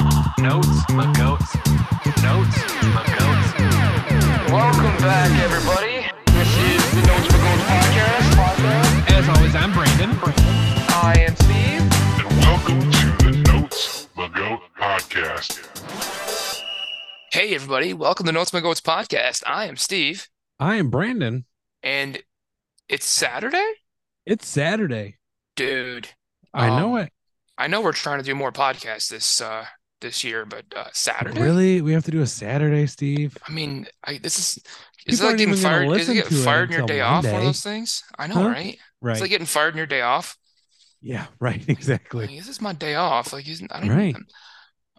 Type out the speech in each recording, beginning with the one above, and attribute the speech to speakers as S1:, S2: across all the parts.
S1: goats, the goats, notes, the goats.
S2: Welcome back, everybody. This is the Notes for Goats podcast.
S1: As always, I'm Brandon.
S2: I am Steve.
S3: And welcome to the Notes the Goat podcast.
S2: Hey, everybody. Welcome to Notes for Goats podcast. I am Steve.
S4: I am Brandon.
S2: And it's Saturday?
S4: It's Saturday.
S2: Dude.
S4: I
S1: Oh,
S2: Um,
S4: know it.
S2: I know we're trying to do more podcasts this uh this year, but uh Saturday.
S4: Really? We have to do a Saturday, Steve?
S2: I mean, I this is
S4: People
S2: is it like
S4: aren't
S2: getting
S4: even gonna
S2: fired? Is it
S4: listen
S2: getting
S4: to it
S2: fired on your
S4: until
S2: day off? One of
S4: Monday.
S2: those things. I know,
S4: Huh?
S2: right? It's
S4: Right.
S2: like getting fired on your day off.
S4: yeah, right.
S2: Like,
S4: Exactly.
S2: this is my day off. Like, isn't I don't.
S4: Right.
S2: I'm-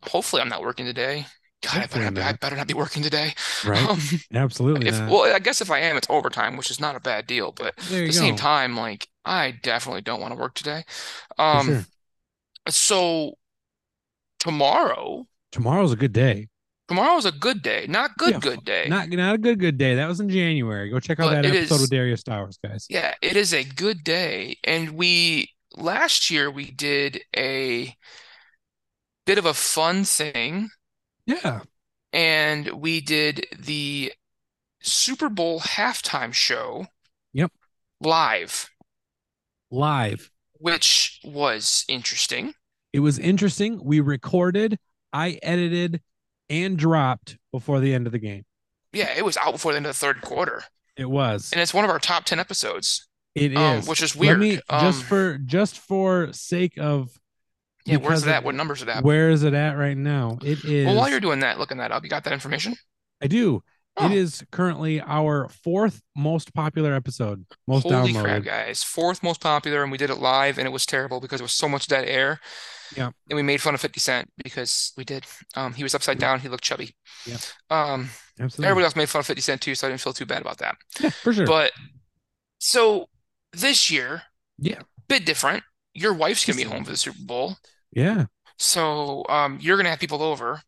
S2: hopefully, I'm not working today. God, I better
S4: Hopefully
S2: not, be, I
S4: not.
S2: better not be working today.
S4: Right.
S1: Oh,
S2: Um,
S4: Absolutely.
S2: if
S4: not.
S2: well, I guess if I am, it's overtime, which is not a bad deal. But at
S4: there
S2: the
S4: you
S2: same
S4: go.
S2: time, like, I definitely don't want to work today.
S4: For
S2: Um,
S4: sure.
S2: so tomorrow,
S4: Tomorrow's a good day.
S2: tomorrow's a good day. Not good,
S4: Yeah,
S2: good day.
S4: Not not a good good day. That was in January. Go check out
S2: But
S4: that
S2: it
S4: episode
S2: is-
S4: with Darius Towers, guys.
S2: Yeah, it is a good day. And we last year we did a bit of a fun thing
S4: Yeah.
S2: and we did the Super Bowl halftime show.
S4: Yep.
S2: Live,
S4: Live.
S2: which was interesting.
S4: It was interesting. We recorded, I edited, and dropped before the end of the game.
S2: Yeah, it was out before the end of the third quarter.
S4: It was.
S2: And it's one of our top 10 episodes,
S4: It
S2: um,
S4: is.
S2: which is
S4: Let
S2: weird.
S4: me just
S2: Um,
S4: for just for sake of
S2: yeah, where's
S4: because
S2: that?
S4: of-
S2: What number's it at?
S4: where is it at right now? It is
S2: Well, while you're doing that, looking that up, you got that information?
S4: I do.
S2: Oh.
S4: It is currently our fourth most popular episode, most
S2: Holy
S4: downloaded.
S2: crap, guys. Fourth most popular, and we did it live, and it was terrible because there was so much dead air.
S4: Yeah.
S2: And we made fun of 50 Cent because we did. Um, he was upside down, he looked chubby.
S4: Yeah.
S2: Um,
S4: Absolutely.
S2: everybody else made fun of 50 Cent too, so I didn't feel too bad about that.
S4: yeah, for sure.
S2: But so this year,
S4: Yeah.
S2: bit different. Your wife's gonna be home for the Super Bowl.
S4: yeah.
S2: So um, you're gonna have people over.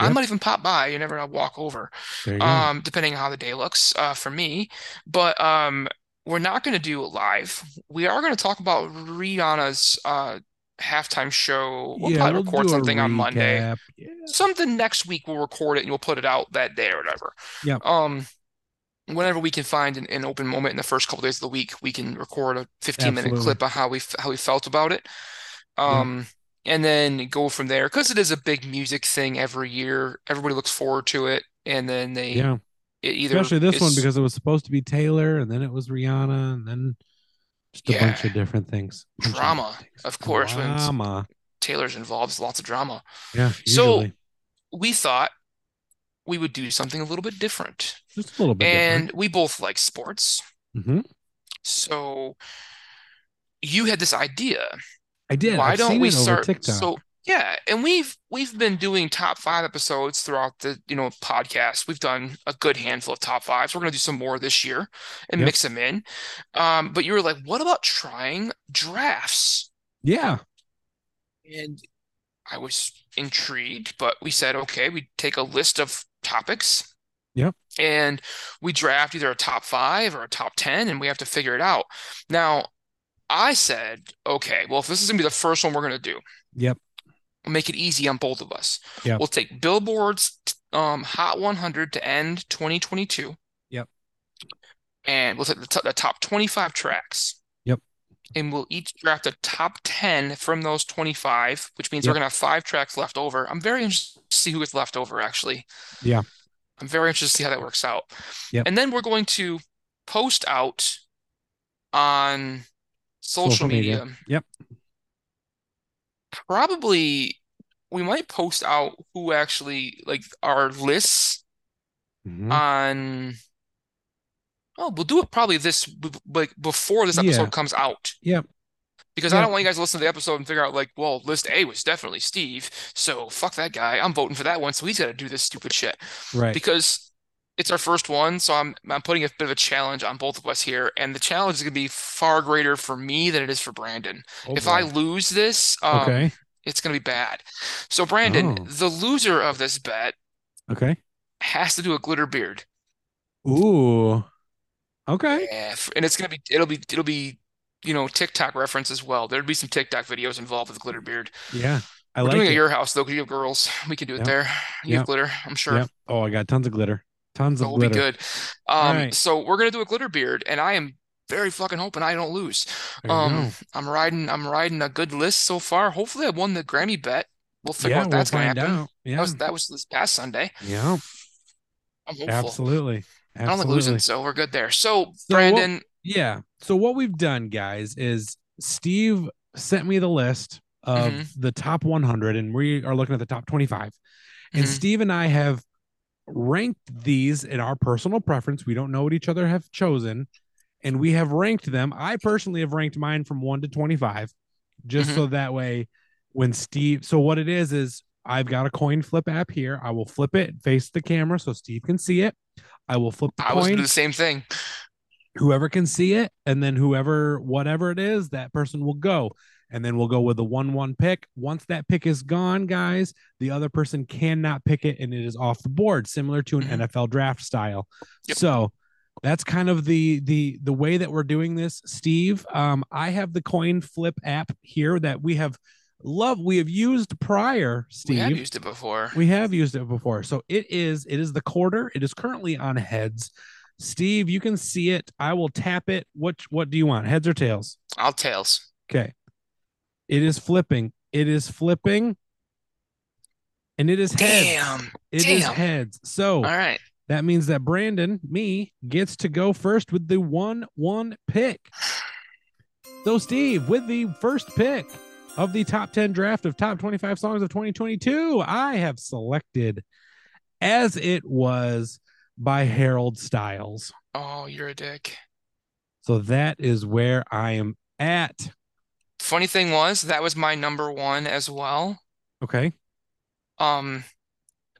S2: I
S4: Yep.
S2: might even pop by. You never know, I'll walk over
S4: There you go.
S2: um, depending on how the day looks uh, for me. But um, we're not going to do it live. We are going to talk about Rihanna's uh, halftime show. We'll
S4: yeah,
S2: probably
S4: we'll
S2: record
S4: do a
S2: something on Monday.
S4: recap. Yeah.
S2: Something next week. We'll record it and we'll put it out that day or whatever.
S4: Yep.
S2: Um, whenever we can find an, an open moment in the first couple days of the week, we can record a 15 minute
S4: Absolutely.
S2: clip on how we f- how we felt about it. Um, and then go from there because it is a big music thing every year. Everybody looks forward to it, and then they
S4: Yeah.
S2: it either
S4: Especially this one
S2: is-
S4: because it was supposed to be Taylor and then it was Rihanna and then just a bunch of different things. Bunch of
S2: Drama,
S4: different things.
S2: of course, when it's-
S4: Drama.
S2: Taylor's involved, there's lots of drama.
S4: Yeah.
S2: So-
S4: usually.
S2: We thought we would do something a little bit different,
S4: just a little bit.
S2: and we both like sports,
S4: different. Mhm.
S2: so you had this idea.
S4: I did.
S2: Why
S4: I've
S2: don't
S4: seen
S2: we
S4: it over
S2: start?
S4: TikTok.
S2: So yeah, and we've we've been doing top five episodes throughout the you know podcast. We've done a good handful of top fives. We're gonna do some more this year and
S4: Yep.
S2: mix them in. Um, but you were like, what about trying drafts?
S4: yeah.
S2: And I was intrigued, but we said, okay, we take a list of topics.
S4: Yep.
S2: And we draft either a top five or a top 10, and we have to figure it out. Now, I said, okay, well, if this is going to be the first one we're going to do,
S4: Yep.
S2: we'll make it easy on both of us.
S4: Yep.
S2: We'll take Billboard's um, Hot 100 to end 2022.
S4: Yep.
S2: And we'll take the, to- the top 25 tracks.
S4: Yep.
S2: And we'll each draft a top 10 from those 25, which means we're
S4: Yep.
S2: going to have five tracks left over. I'm very interested to see who gets left over, actually.
S4: Yeah.
S2: I'm very interested to see how that works out.
S4: Yep.
S2: And then we're going to post out on social
S4: Social media.
S2: media.
S4: Yep.
S2: Probably we might post out who actually like our lists Mm-hmm.
S4: Mhm.
S2: uh, on oh we'll do it probably this b- b- like before this episode
S4: Yeah.
S2: comes out
S4: Yep.
S2: because I
S4: Yep.
S2: don't want you guys to listen to the episode and figure out like well list A was definitely Steve so fuck that guy I'm voting for that one so he's got to do this stupid shit
S4: right.
S2: because it's our first one so I'm I'm putting a bit of a challenge on both of us here and the challenge is going to be far greater for me than it is for Brandon
S4: Oh,
S2: if I
S4: boy.
S2: lose this um
S4: okay.
S2: it's going to be bad so Brandon
S4: Oh.
S2: the loser of this bet
S4: Okay.
S2: has to do a glitter beard
S4: Ooh. Okay.
S2: Yeah, f- and it's gonna be it'll be it'll be you know TikTok reference as well. There'd be some TikTok videos involved with glitter beard.
S4: Yeah. I
S2: We're
S4: like
S2: doing
S4: it.
S2: it at your house though, because you have girls. We could do it
S4: Yep.
S2: there. You have
S4: Yep.
S2: glitter, I'm sure.
S4: Yep. Oh, I got tons of glitter. Tons
S2: That
S4: of
S2: will be
S4: glitter.
S2: good. Um,
S4: Right.
S2: so we're gonna do a glitter beard, and I am very fucking hoping I don't lose.
S4: There you
S2: um,
S4: go.
S2: I'm riding, I'm riding a good list so far. Hopefully, I won the Grammy bet. We'll figure
S4: yeah,
S2: out if
S4: we'll
S2: that's gonna
S4: find
S2: happen.
S4: out.
S2: That
S4: Yeah,
S2: was that was this past Sunday.
S4: yeah,
S2: I'm hopeful.
S4: absolutely,
S2: I don't like
S4: absolutely.
S2: losing, so we're good there. So,
S4: what-
S2: Brandon,
S4: Yeah. So what we've done, guys, is Steve sent me the list of
S2: Mm-hmm.
S4: the top 100, and we are looking at the top 25. And
S2: Mhm.
S4: Steve and I have ranked these in our personal preference. We don't know what each other have chosen, and we have ranked them. I personally have ranked mine from one to 25, just
S2: Mhm.
S4: so that way when Steve. So what it is is I've got a coin flip app here. I will flip it, face the camera, so Steve can see it. I will flip the
S2: I was
S4: coin
S2: gonna do the same thing.
S4: whoever can see it and then whoever whatever it is that person will go and then we'll go with the one one pick once that pick is gone guys the other person cannot pick it and it is off the board similar to an
S2: Mhm.
S4: nfl draft style
S2: Yep.
S4: so that's kind of the the the way that we're doing this steve um i have the coin flip app here that we have love we have used prior steve
S2: We have used it before.
S4: we have used it before. So it is it is the quarter. It is currently on heads. Steve, you can see it. I will tap it. What what do you want? Heads or tails?
S2: I'll tails.
S4: Okay. It is flipping. It is flipping. And it is heads.
S2: Damn.
S4: It is
S2: damn.
S4: heads. So
S2: All right.
S4: that means that Brandon, me, gets to go first with the one one pick. So Steve, with the first pick of the top 10 draft of top 25 songs of 2022, I have selected As It Was by Harold Styles.
S2: Oh, you're a dick.
S4: So that is where I am at.
S2: Funny thing was, that was my number one as well.
S4: Okay.
S2: Um,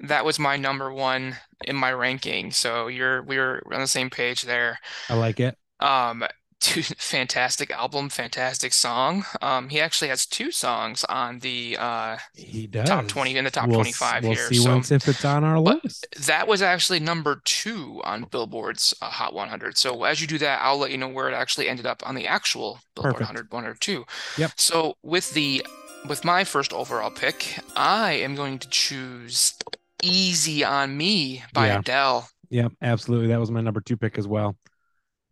S2: that was my number one in my ranking. So you're we were on the same page there.
S4: I like it.
S2: Um, two fantastic album, fantastic song. Um, he actually has two songs on the uh
S4: He does.
S2: top 20 in the top
S4: We'll-
S2: 25
S4: we'll
S2: here.
S4: see
S2: So
S4: once if it's on our
S2: But-
S4: list.
S2: that was actually number two on Billboard's uh, Hot 100. So as you do that, I'll let you know where it actually ended up on the actual Billboard
S4: Perfect.
S2: 100 102.
S4: Yep.
S2: So with the with my first overall pick, I am going to choose "Easy on Me" by
S4: Yeah.
S2: Adele.
S4: Yep, absolutely. That was my number two pick as well.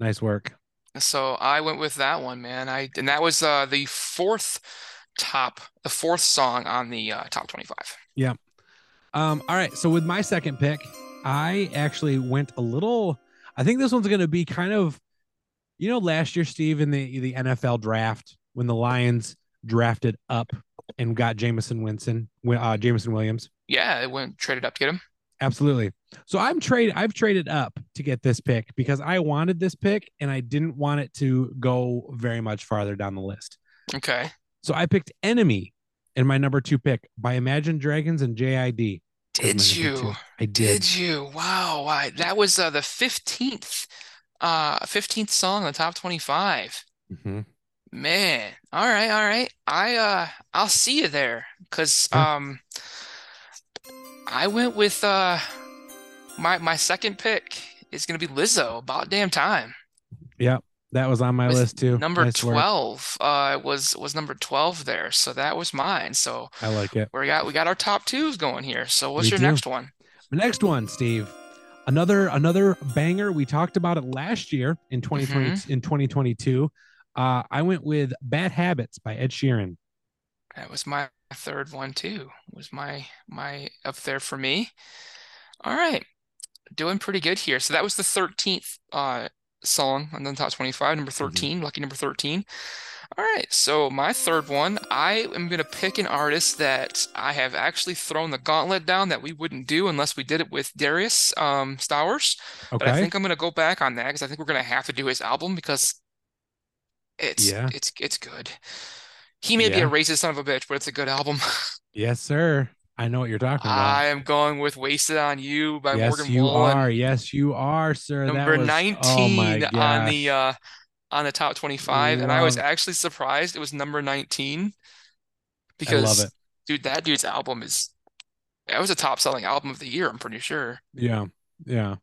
S4: Nice work.
S2: So I went with that one, man. I and that was uh, the fourth top, the fourth song on the uh, top 25.
S4: Um, all right. So with my second pick, I actually went a little. I think this one's going to be kind of, you know, last year, Steve, in the the NFL draft when the Lions drafted up and got Jamison Winston, wi- uh, Jamison Williams.
S2: Yeah, it went traded up to get him.
S4: Absolutely. So I'm trade. I've traded up to get this pick because I wanted this pick and I didn't want it to go very much farther down the list.
S2: Okay.
S4: So I picked Enemy in my number two pick by Imagine Dragons and JID. as my
S2: Did
S4: number two.
S2: you?
S4: I did.
S2: Did you? Wow. I, that was uh, the 15th uh 15th song on the top 25.
S4: Mhm.
S2: Man. All right, all right. I uh I'll see you there 'cause
S4: Yeah.
S2: um I went with uh my my second pick is going to be Lizzo, About Damn Time.
S4: That was on my
S2: With
S4: list too.
S2: Number
S4: Oh, Nice work.
S2: 12 uh was was number 12 there. So that was mine. So
S4: I like it.
S2: we got we got our top twos going here. So what's
S4: We
S2: your
S4: do.
S2: next one?
S4: The next one, Steve. Another another banger. We talked about it last year in 2020
S2: Mm-hmm.
S4: in 2022. Uh, I went with Bad Habits by Ed Sheeran.
S2: That was my third one too. Was my my up there for me. All right. Doing pretty good here. So that was the 13th uh song on the top 25, number 13, lucky number 13. All right. So my third one, I am going to pick an artist that I have actually thrown the gauntlet down that we wouldn't do unless we did it with Darius um Stowers. But I
S4: Okay.
S2: think I'm going to go back on that because I think we're going to have to do his album because it's
S4: Yeah.
S2: it's it's good. He may be a
S4: Yeah.
S2: racist son of a bitch, but it's a good album.
S4: yes, sir. I know what you're talking about.
S2: I am going with "Wasted on You" by
S4: yes,
S2: Morgan
S4: you
S2: Wallen,
S4: are. Yes, you are, sir. That
S2: number
S4: was-
S2: 19
S4: oh my
S2: on the
S4: gosh.
S2: uh on the top 25, and I was
S4: Love-
S2: actually surprised it was number 19
S4: I love
S2: because
S4: it.
S2: dude, that dude's album is that was a top selling album of the year, I'm pretty sure.
S4: Yeah, yeah,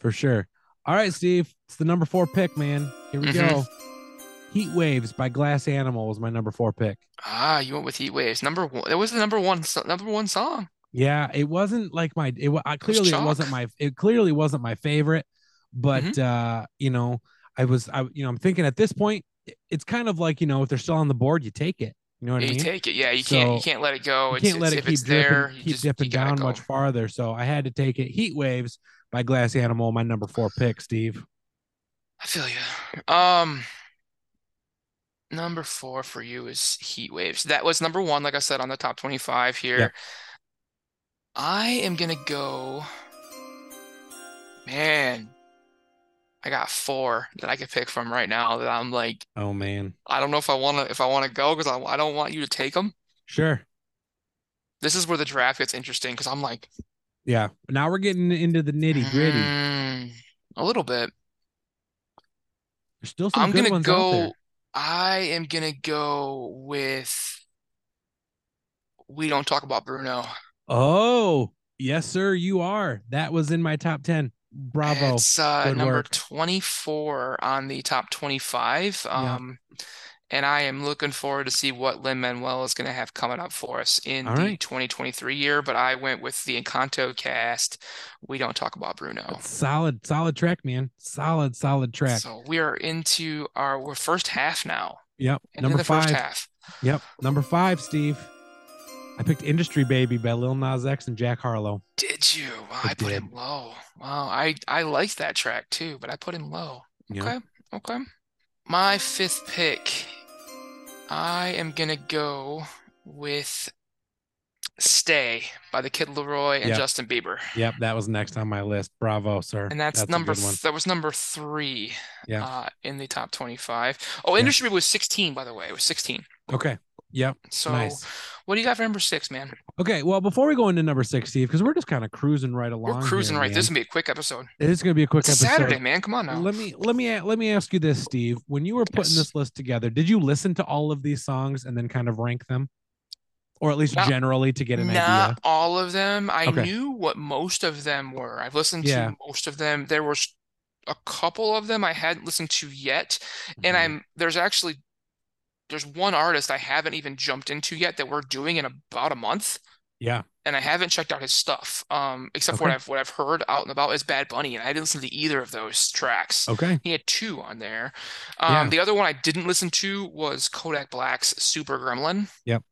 S4: for sure. All right, Steve. It's the number four pick, man. Here we
S2: Mhm.
S4: go. Heat Waves by Glass Animal was my number four pick.
S2: Ah, you went with Heat Waves. Number one. That was the number one. so- Number one song.
S4: Yeah, it wasn't like my it wa- I, clearly it wasn't
S2: chalk. Mm-hmm.
S4: my it clearly wasn't my favorite, but uh, you know, I was I you know, I'm thinking at this point it- it's kind of like, you know, if they're still on the board, you take it. You know what
S2: Yeah,
S4: I
S2: you
S4: mean?
S2: take it. Yeah, you can't. You
S4: So,
S2: can't let it go.
S4: You
S2: It's-
S4: can't let
S2: it's-
S4: it
S2: if it's
S4: keep dripping,
S2: there, you
S4: keep
S2: just- you
S4: dipping
S2: gotta
S4: down
S2: go.
S4: much farther. So I had to take it. Heat Waves by Glass Animal, my number four pick, Steve.
S2: I feel you. Um, number four for you is Heat Waves. That was number one, like I said, on the top 25 here. I am gonna go. Man, I got four that I could pick from right now that I'm like,
S4: Oh man.
S2: I don't know if I wanna if I wanna go because I, I don't want you to take them.
S4: Sure.
S2: This is where the draft gets interesting because I'm like,
S4: Yeah. Now we're getting into the nitty gritty.
S2: "Mm, a little bit.
S4: There's still some
S2: I'm
S4: good
S2: gonna
S4: ones out there.
S2: go. I am gonna go with. We don't talk about Bruno.
S4: Oh, yes, sir. You are. That was in my top 10. Bravo.
S2: It's uh,
S4: Good
S2: number
S4: work.
S2: 24 on the top 25.
S4: Yeah.
S2: Um, and I am looking forward to see what Lin-Manuel is going to have coming up for us in
S4: All
S2: the
S4: right.
S2: 2023 year. But I went with the Encanto cast. We don't talk about Bruno.
S4: Solid, solid track, man. Solid, solid track.
S2: Oh. So we are into our we're first half now.
S4: yep.
S2: Into
S4: Number
S2: the first
S4: five.
S2: half.
S4: Yep. Number five, Steve. I picked Industry Baby by Lil Nas X and Jack Harlow.
S2: Did you? Wow,
S4: I
S2: I put
S4: did.
S2: him low. Wow, I I liked that track too, but I put him low.
S4: Yeah.
S2: Okay, okay. My fifth pick, I am gonna go with "Stay" by the Kid Leroy and
S4: Yep.
S2: Justin Bieber,
S4: Yep. That was next on my list. Bravo, sir.
S2: and that's,
S4: a good
S2: number
S4: one.
S2: th- that was number three
S4: Yeah.
S2: uh, in the top twenty-five. Oh,
S4: Yeah.
S2: Industry was sixteen, by the way. It was sixteen.
S4: Okay. Yep.
S2: So,
S4: nice.
S2: what do you got for number six, man?
S4: Okay. Well, before we go into number six, Steve, because we're just kind of cruising right
S2: We're
S4: along.
S2: cruising
S4: here,
S2: right.
S4: Man.
S2: This is gonna be a quick episode.
S4: It is going to be a quick
S2: It's a
S4: episode.
S2: Saturday, man. Come on now.
S4: Let me let me a- let me ask you this, Steve. When you were putting
S2: Yes.
S4: this list together, did you listen to all of these songs and then kind of rank them, or at least
S2: Not-
S4: generally to get an
S2: Not
S4: idea?
S2: all of them. I
S4: Okay.
S2: knew what most of them were. I've listened
S4: Yeah.
S2: to most of them. There was a couple of them I hadn't listened to yet,
S4: Mm-hmm.
S2: and I'm there's actually there's one artist I haven't even jumped into yet that we're doing in about a month,
S4: yeah.
S2: and I haven't checked out his stuff. Um, except for
S4: Okay.
S2: what I've what I've heard out and about is Bad Bunny, and I didn't listen to either of those tracks.
S4: Okay.
S2: He had two on there.
S4: Yeah.
S2: Um, the other one I didn't listen to was Kodak Black's Super Gremlin.
S4: Yep.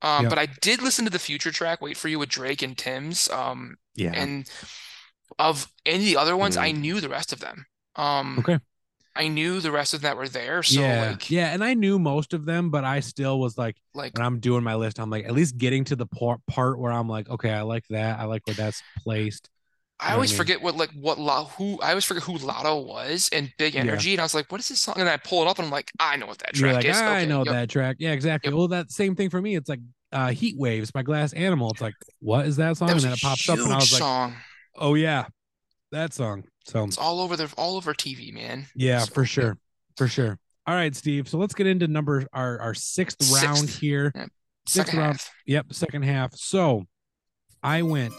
S2: Um,
S4: Yep.
S2: but I did listen to the future track, Wait for You with Drake and Tim's. Um,
S4: Yeah. Mm.
S2: and of any of the other ones, I knew the rest of them. Um,
S4: Okay.
S2: I knew the rest of them that were there. So
S4: yeah.
S2: like,
S4: yeah. And I knew most of them, but I still was like,
S2: like
S4: when I'm doing my list, I'm like, at least getting to the part part where I'm like, okay, I like that. I like where that's placed.
S2: I
S4: know what I
S2: always
S4: mean?
S2: forget what like what La who I always forget who Lotto was and Big
S4: Yeah.
S2: Energy, and I was like, what is this song? And I pull it up and I'm like, I know what that
S4: You're
S2: track
S4: like,
S2: is.
S4: "Ah, I
S2: Okay,
S4: know
S2: yep.
S4: that track. Yeah, exactly.
S2: Yep.
S4: Well, that same thing for me. It's like uh, Heat Waves by Glass Animal. It's like, what is that song? and
S2: That was
S4: then
S2: a
S4: it pops up, and I
S2: huge
S4: was like,
S2: song.
S4: oh yeah, that song. So
S2: It's all over the all over TV, man.
S4: Yeah,
S2: So,
S4: for
S2: yeah.
S4: sure. For sure. All right, Steve. So let's get into number our, our sixth, round
S2: Sixth.
S4: here. Sixth
S2: Second
S4: round.
S2: half.
S4: Yep, second half. So I went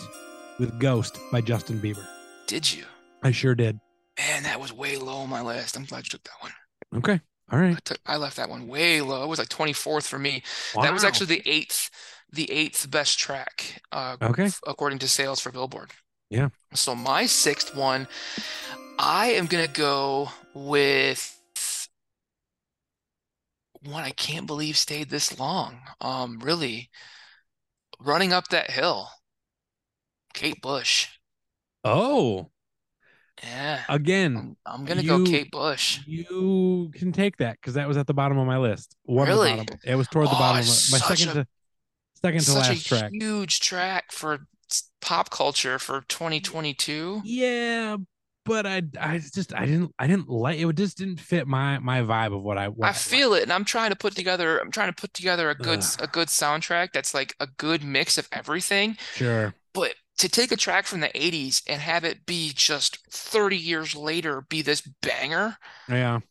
S4: with Ghost by Justin Bieber.
S2: Did you?
S4: I sure did.
S2: Man, that was way low on my list. I'm glad you took that one.
S4: Okay. All right.
S2: I took I left that one way low. It was like 24th for me. That was
S4: Wow.
S2: actually the eighth, the eighth best track, uh,
S4: Okay.
S2: f- according to sales for Billboard.
S4: Yeah.
S2: So my sixth one, I am gonna go with one I can't believe stayed this long. Um, really, running up that hill, Kate Bush.
S4: Oh,
S2: Yeah,
S4: again,
S2: I'm, I'm gonna go
S4: you-
S2: Kate Bush.
S4: you can take that because that was at the bottom of my list. One of the
S2: Really?
S4: bottom- It was toward the
S2: Oh,
S4: bottom of my,
S2: it's
S4: my
S2: such
S4: second
S2: a-
S4: to second to
S2: Such a
S4: last track.
S2: huge track for s- pop culture for 2022.
S4: Yeah, but I I just I didn't I didn't like it just didn't fit my my vibe of what I what
S2: I feel it, and I'm trying to put together. I'm trying to put together a good s- a good soundtrack that's like a good mix of everything.
S4: sure.
S2: But to take a track from the 80s and have it be just 30 years later be this banger,
S4: Yeah.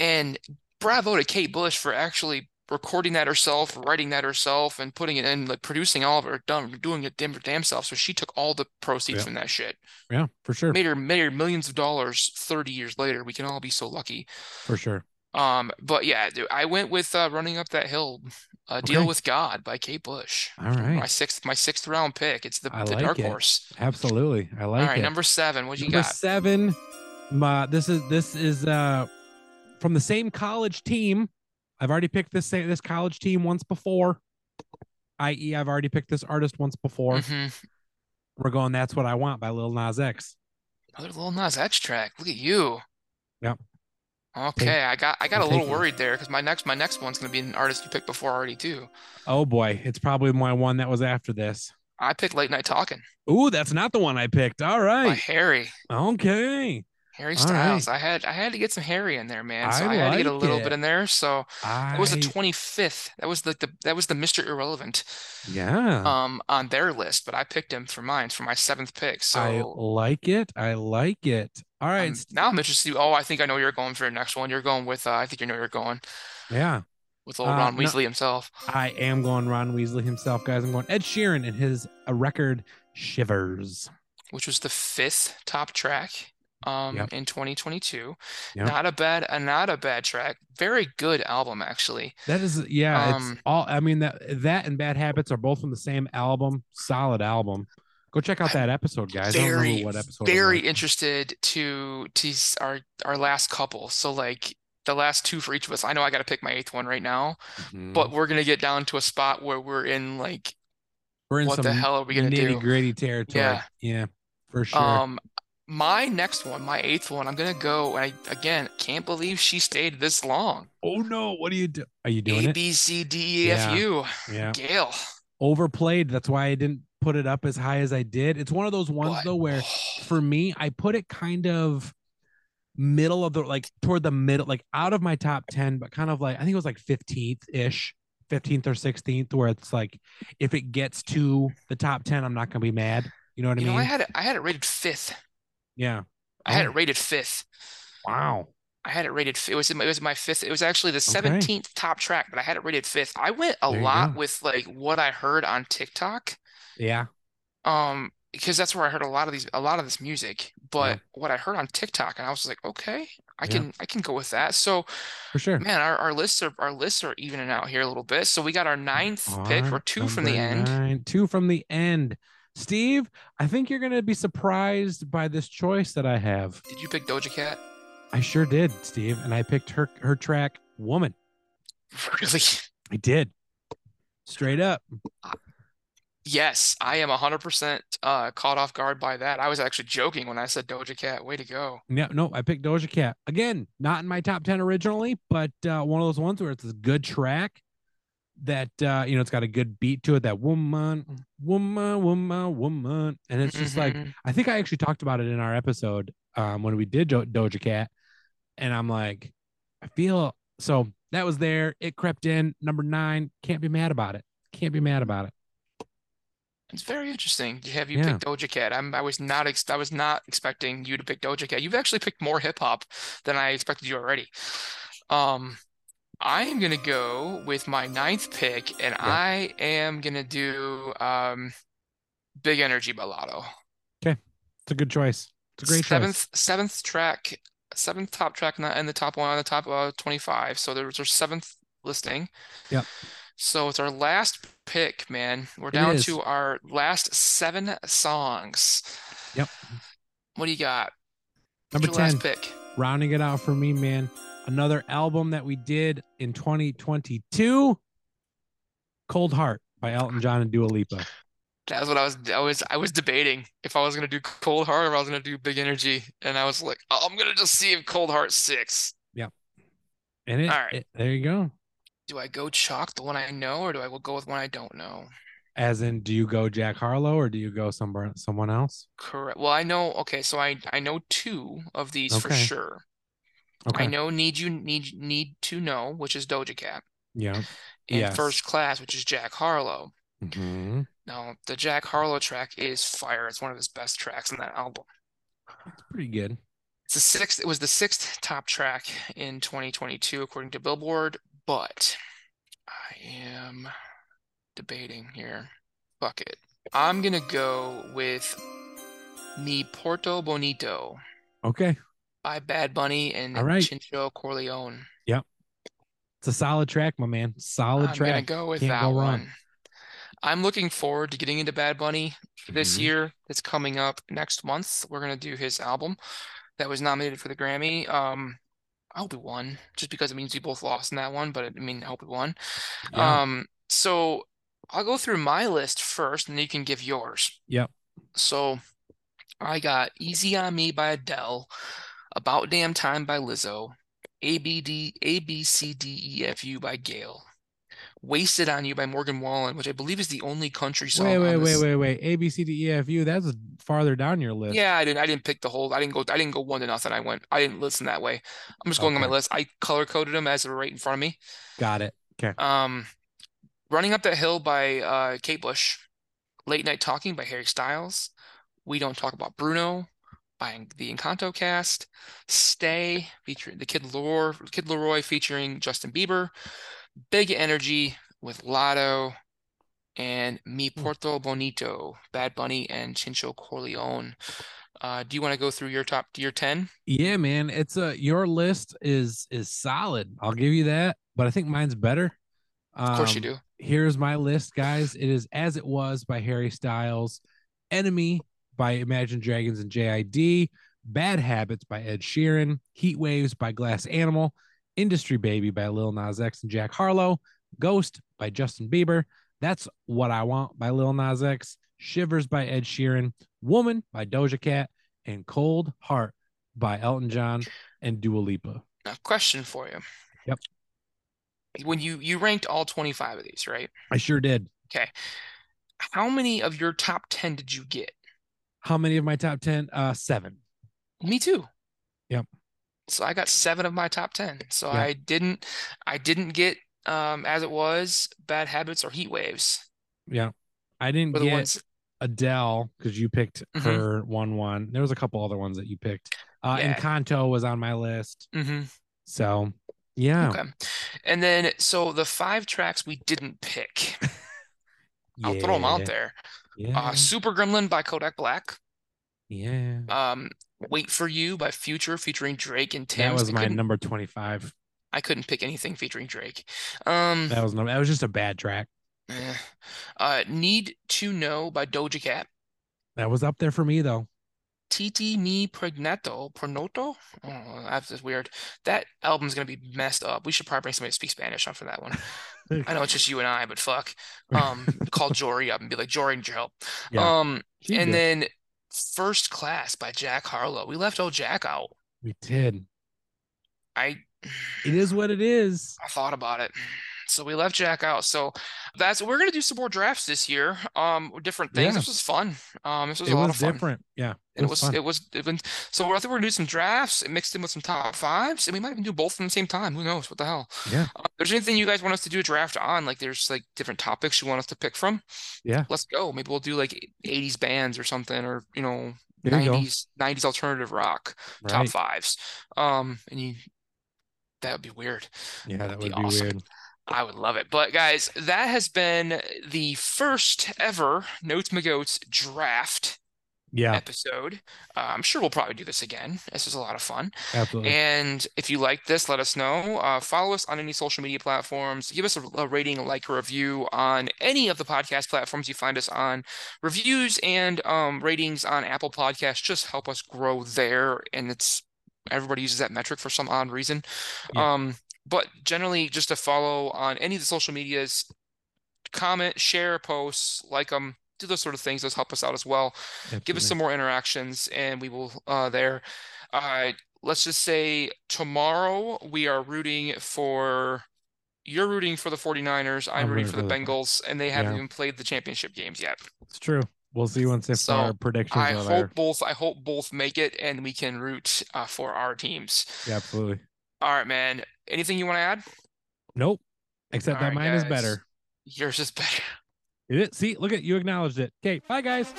S2: and bravo to Kate Bush for actually recording that herself, writing that herself, and putting it in, like producing all of her dumb, doing it damn her damn self. So she took all the proceeds
S4: Yeah.
S2: from that shit,
S4: Yeah, for sure.
S2: made her made her millions of dollars 30 years later. We can all be so lucky.
S4: For sure.
S2: Um, but yeah, dude, I went with uh, running up that hill, uh, "Deal
S4: Okay.
S2: with God" by Kate Bush.
S4: All
S2: My
S4: right.
S2: sixth, my sixth round pick. It's the,
S4: I
S2: the
S4: like
S2: dark
S4: it.
S2: horse.
S4: Absolutely. I like
S2: All right,
S4: it.
S2: number seven. What you
S4: Number
S2: got?
S4: seven. My this is this is uh from the same college team. I've already picked this same this college team once before. I.e., I've already picked this artist once before.
S2: Mhm.
S4: We're going That's What I Want by Lil Nas X.
S2: Another little Nas X track. Look at you.
S4: Yep.
S2: Okay, I got I got
S4: I'm
S2: a little
S4: taking it.
S2: worried there because my next my next one's gonna be an artist you picked before already too.
S4: Oh boy, it's probably my one that was after this.
S2: I picked "Late Night Talking"
S4: Ooh, that's not the one I picked. All
S2: by
S4: right.
S2: Harry.
S4: Okay.
S2: Harry
S4: All right.
S2: Styles. I had I had to get some Harry in there, man. So
S4: I
S2: I had to get a
S4: like
S2: little
S4: it.
S2: bit in there. So
S4: I
S2: that was the 25th. That was like the that was the Mr. Irrelevant
S4: yeah.
S2: um on their list, but I picked him for mine for my seventh pick.
S4: I
S2: So
S4: like it. I like it. All right.
S2: um,
S4: s-
S2: now I'm interested. Oh, I think I know where you're going for your next one. You're going with uh, I think you know where you're going
S4: Yeah.
S2: with old
S4: Uh,
S2: Ron
S4: no-
S2: Weasley himself.
S4: I am going Ron Weasley himself, guys. I'm going Ed Sheeran and his uh, record Shivers.
S2: which was the fifth top track um
S4: Yep.
S2: in 2022.
S4: Yep.
S2: Not a bad uh, not a bad track. Very good album actually.
S4: That is yeah,
S2: Um,
S4: it's all I mean that that and Bad Habits are both from the same album. Solid album. Go check out that episode, guys. I don't remember
S2: Very
S4: what episode it
S2: very
S4: was.
S2: interested to to s- our our last couple. So like the last two for each of us. I know I got to pick my eighth one right now,
S4: Mhm.
S2: but we're gonna get down to a spot where we're in like
S4: we're in
S2: what
S4: some
S2: the hell are we gonna do?
S4: nitty gritty territory.
S2: Yeah.
S4: Yeah, for sure.
S2: Um, my next one, my eighth one, I'm gonna go. And I again can't believe she stayed this long.
S4: oh no, what are you do? Are you doing
S2: A
S4: it?
S2: B C D E F
S4: Yeah.
S2: U.
S4: Yeah.
S2: Gail.
S4: Overplayed. That's why I didn't put it up as high as I did. It's one of those ones
S2: What?
S4: though where for me, I put it kind of middle of the like toward the middle, like out of my top 10, but kind of like I think it was like 15th ish, 15th or 16th, where it's like if it gets to the top 10, I'm not gonna be mad. You know what I
S2: You
S4: mean?
S2: know, I had it. I had it rated fifth.
S4: yeah.
S2: I had
S4: Oh.
S2: it rated fifth.
S4: Wow.
S2: I had it rated. f- It was in my, it was my fifth. It was actually the
S4: Okay.
S2: seventeenth top track, but I had it rated fifth. I went a
S4: There you
S2: lot
S4: go.
S2: with like what I heard on TikTok,
S4: Yeah.
S2: um, because that's where I heard a lot of these, a lot of this music. But what I heard on TikTok, and I was like, okay, I
S4: Yeah.
S2: can, I can go with that. So,
S4: For sure.
S2: man, our, our lists are our lists are evening out here a little bit. So we got our ninth pick.
S4: Alright,
S2: We're two from the
S4: number
S2: end.
S4: nine, two from the end. Steve, I think you're gonna be surprised by this choice that I have.
S2: Did you pick Doja Cat?
S4: I sure did, Steve, and I picked her her track Woman.
S2: Really?
S4: I did. Straight up.
S2: Yes, I am 100% uh, caught off guard by that. I was actually joking when I said Doja Cat. Way to go.
S4: No, no, I picked Doja Cat again. Not in my top ten originally, but uh, one of those ones where it's a good track that uh, you know it's got a good beat to it. That woman, woman, woman, woman, and it's just like
S2: Mhm.
S4: I think I actually talked about it in our episode um, when we did Do- Doja Cat, and I'm like, I feel so that was there. It crept in number nine. Can't be mad about it. Can't be mad about it.
S2: It's very interesting to have you
S4: Yeah.
S2: pick Doja Cat. I'm, I was not ex I was not expecting you to pick Doja Cat. You've actually picked more hip hop than I expected you already. Um, I am gonna go with my ninth pick, and I am gonna do um, Big Energy by Lotto.
S4: It's a good choice. It's a great choice.
S2: seventh seventh track seventh top track in the, in the top one on the top uh, 25 so there's our seventh listing
S4: Yep.
S2: so it's our last pick man we're down
S4: is.
S2: to our last seven songs
S4: Yep.
S2: what do you got What's
S4: Number
S2: your
S4: 10.
S2: last pick
S4: rounding it out for me, man. Another album that we did in 2022, Cold Heart by Elton John and Dua Lipa.
S2: that's what i was i was i was debating if i was going to do cold heart or i was going to do big energy and i was like oh, i'm going to just see if cold heart six
S4: And it,
S2: All right.
S4: it- there you go.
S2: do i go chalk the one i know or do i go with one i don't know
S4: As in, do you go Jack Harlow or do you go somewhere someone else?
S2: Correct. Well, I know. Okay, so I I know two of these for
S4: Okay.
S2: sure. I
S4: Okay.
S2: know need you need need to know, which is Doja Cat,
S4: Yeah.
S2: and
S4: Yes.
S2: First Class, which is Jack Harlow.
S4: Mhm.
S2: Now, the Jack Harlow track is fire. It's one of his best tracks on that album.
S4: It's pretty good.
S2: It's the sixth. It was the sixth top track in 2022 according to Billboard, but I am debating here. Fuck it. I'm gonna go with Mi Porto Bonito.
S4: Okay.
S2: by Bad Bunny and
S4: All right.
S2: Chincho Corleone.
S4: Yep. It's a solid track, my man. Solid
S2: I'm gonna
S4: track.
S2: go with
S4: Can't
S2: that
S4: go wrong.
S2: one. I'm looking forward to getting into Bad Bunny this
S4: Mm-hmm.
S2: year. That's coming up next month. We're gonna do his album that was nominated for the Grammy. Um, I hope we won, just because it means we both lost in that one. But I mean, I hope we won.
S4: Yeah.
S2: Um, so I'll go through my list first, and then you can give yours.
S4: Yep.
S2: So I got Easy on Me by Adele, About Damn Time by Lizzo, ABD ABCDEFU E by Gail, Wasted on You by Morgan Wallen, which I believe is the only country song
S4: wait,
S2: on
S4: wait, wait,
S2: this.
S4: wait, wait. A B C D E F U. That's farther down your list.
S2: Yeah, I didn't I didn't pick the whole I didn't go I didn't go one to nothing. I went I didn't listen that way. I'm just going on my
S4: Okay.
S2: list. I color coded them as they were right in front of me.
S4: Got it. Okay.
S2: Um, Running Up That Hill by uh, Kate Bush, Late Night Talking by Harry Styles, We Don't Talk About Bruno by the Encanto cast, Stay featuring the Kid Leroy, Kid Leroy featuring Justin Bieber, Big Energy with Lotto, and Mi Porto Bonito, Bad Bunny and Chincho Corleone. Uh, do you want to go through your top your 10?
S4: Yeah, man. It's a your list is is solid. I'll give you that, but I think mine's better. Um,
S2: Of course you do.
S4: Here's my list, guys. It is As It Was by Harry Styles, Enemy by Imagine Dragons and JID, Bad Habits by Ed Sheeran, Heat Waves by Glass Animal, Industry Baby by Lil Nas X and Jack Harlow, Ghost by Justin Bieber, That's What I Want by Lil Nas X, Shivers by Ed Sheeran, Woman by Doja Cat, and Cold Heart by Elton John and Dua Lipa.
S2: A question for you.
S4: Yep.
S2: When you you ranked all 25 of these, right?
S4: I sure did.
S2: How many of your top 10 did you get?
S4: How many of my top 10? Uh, seven.
S2: Me too.
S4: Yep.
S2: So I got seven of my top 10. So
S4: Yep.
S2: I didn't I didn't get um as it was bad habits or heat waves
S4: Yeah. I didn't
S2: were the
S4: get
S2: ones
S4: Adele because you picked
S2: Mhm.
S4: her one one. There was a couple other ones that you picked. Uh,
S2: Yeah.
S4: Encanto was on my list.
S2: hmm
S4: So yeah,
S2: okay. And then so the five tracks we didn't pick, I'll throw them
S4: Yeah.
S2: out there.
S4: Yeah,
S2: Uh Super Gremlin by Kodak Black,
S4: yeah.
S2: um Wait for You by Future featuring Drake and
S4: That
S2: Tim's.
S4: was
S2: I
S4: my
S2: couldn't-
S4: number twenty five.
S2: I couldn't pick anything featuring Drake. Um
S4: That was number. That was just a bad track.
S2: Eh. Uh, Need to Know by Doja Cat.
S4: That was up there for me though.
S2: Titi Mi Pregnato, Pernoto? Oh, that's just weird. That album's gonna be messed up. We should probably bring somebody to speak Spanish on for that one. I know it's just you and I, but fuck. Um, call Jory up and be like, Jory, need your help.
S4: Yeah,
S2: um,
S4: She
S2: and
S4: did.
S2: then First Class by Jack Harlow. We left old Jack out.
S4: we did.
S2: I
S4: It is what it is.
S2: I thought about it. So we left Jack out. So that's we're gonna do some more drafts this year. Um, different things.
S4: Yeah.
S2: This was fun. Um, this was
S4: It
S2: a lot
S4: was
S2: of fun.
S4: different. Yeah,
S2: And it was
S4: fun.
S2: it was it was so I think we're gonna do some drafts mixed in with some top fives, and we might even do both at the same time. Who knows? What the hell?
S4: Yeah.
S2: Uh, if there's anything you guys want us to do a draft on? Like there's like different topics you want us to pick from.
S4: Yeah.
S2: Let's go. Maybe we'll do like 80s bands or something, or you know,
S4: There you go.
S2: 90s 90s alternative rock top
S4: Right.
S2: fives. Um, and you that would be weird.
S4: Yeah, that
S2: That'd be
S4: would be
S2: awesome.
S4: weird.
S2: I would love it. But guys, that has been the first ever Notes McGoats draft
S4: Yeah,
S2: episode. Uh, I'm sure we'll probably do this again. This was a lot of fun.
S4: absolutely.
S2: And if you like this, let us know. Uh, follow us on any social media platforms. Give us a, a rating, a like, a review on any of the podcast platforms you find us on. Reviews and um, ratings on Apple Podcasts just help us grow there. And it's everybody uses that metric for some odd reason.
S4: Yeah.
S2: Um, but generally, just to follow on any of the social medias, comment, share posts, like them, do those sort of things. Those help us out as well give us
S4: Absolutely.
S2: some more interactions and we will uh there uh let's just say tomorrow we are rooting for you're rooting for the 49ers i'm, rooting for the bengals and they haven't
S4: Yeah.
S2: even played the championship games yet
S4: It's true. We'll see once if
S2: So,
S4: our predictions
S2: i
S4: are
S2: hope
S4: there.
S2: both i hope both make it and we can root uh, for our teams
S4: Yeah, absolutely.
S2: all right man anything you want to add
S4: Nope. Except
S2: All
S4: that
S2: right,
S4: mine is
S2: guys.
S4: better.
S2: yours is better
S4: It is. See, look at you acknowledged it. Okay, bye guys.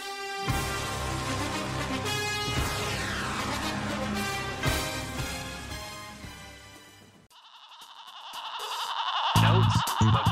S1: Notes, the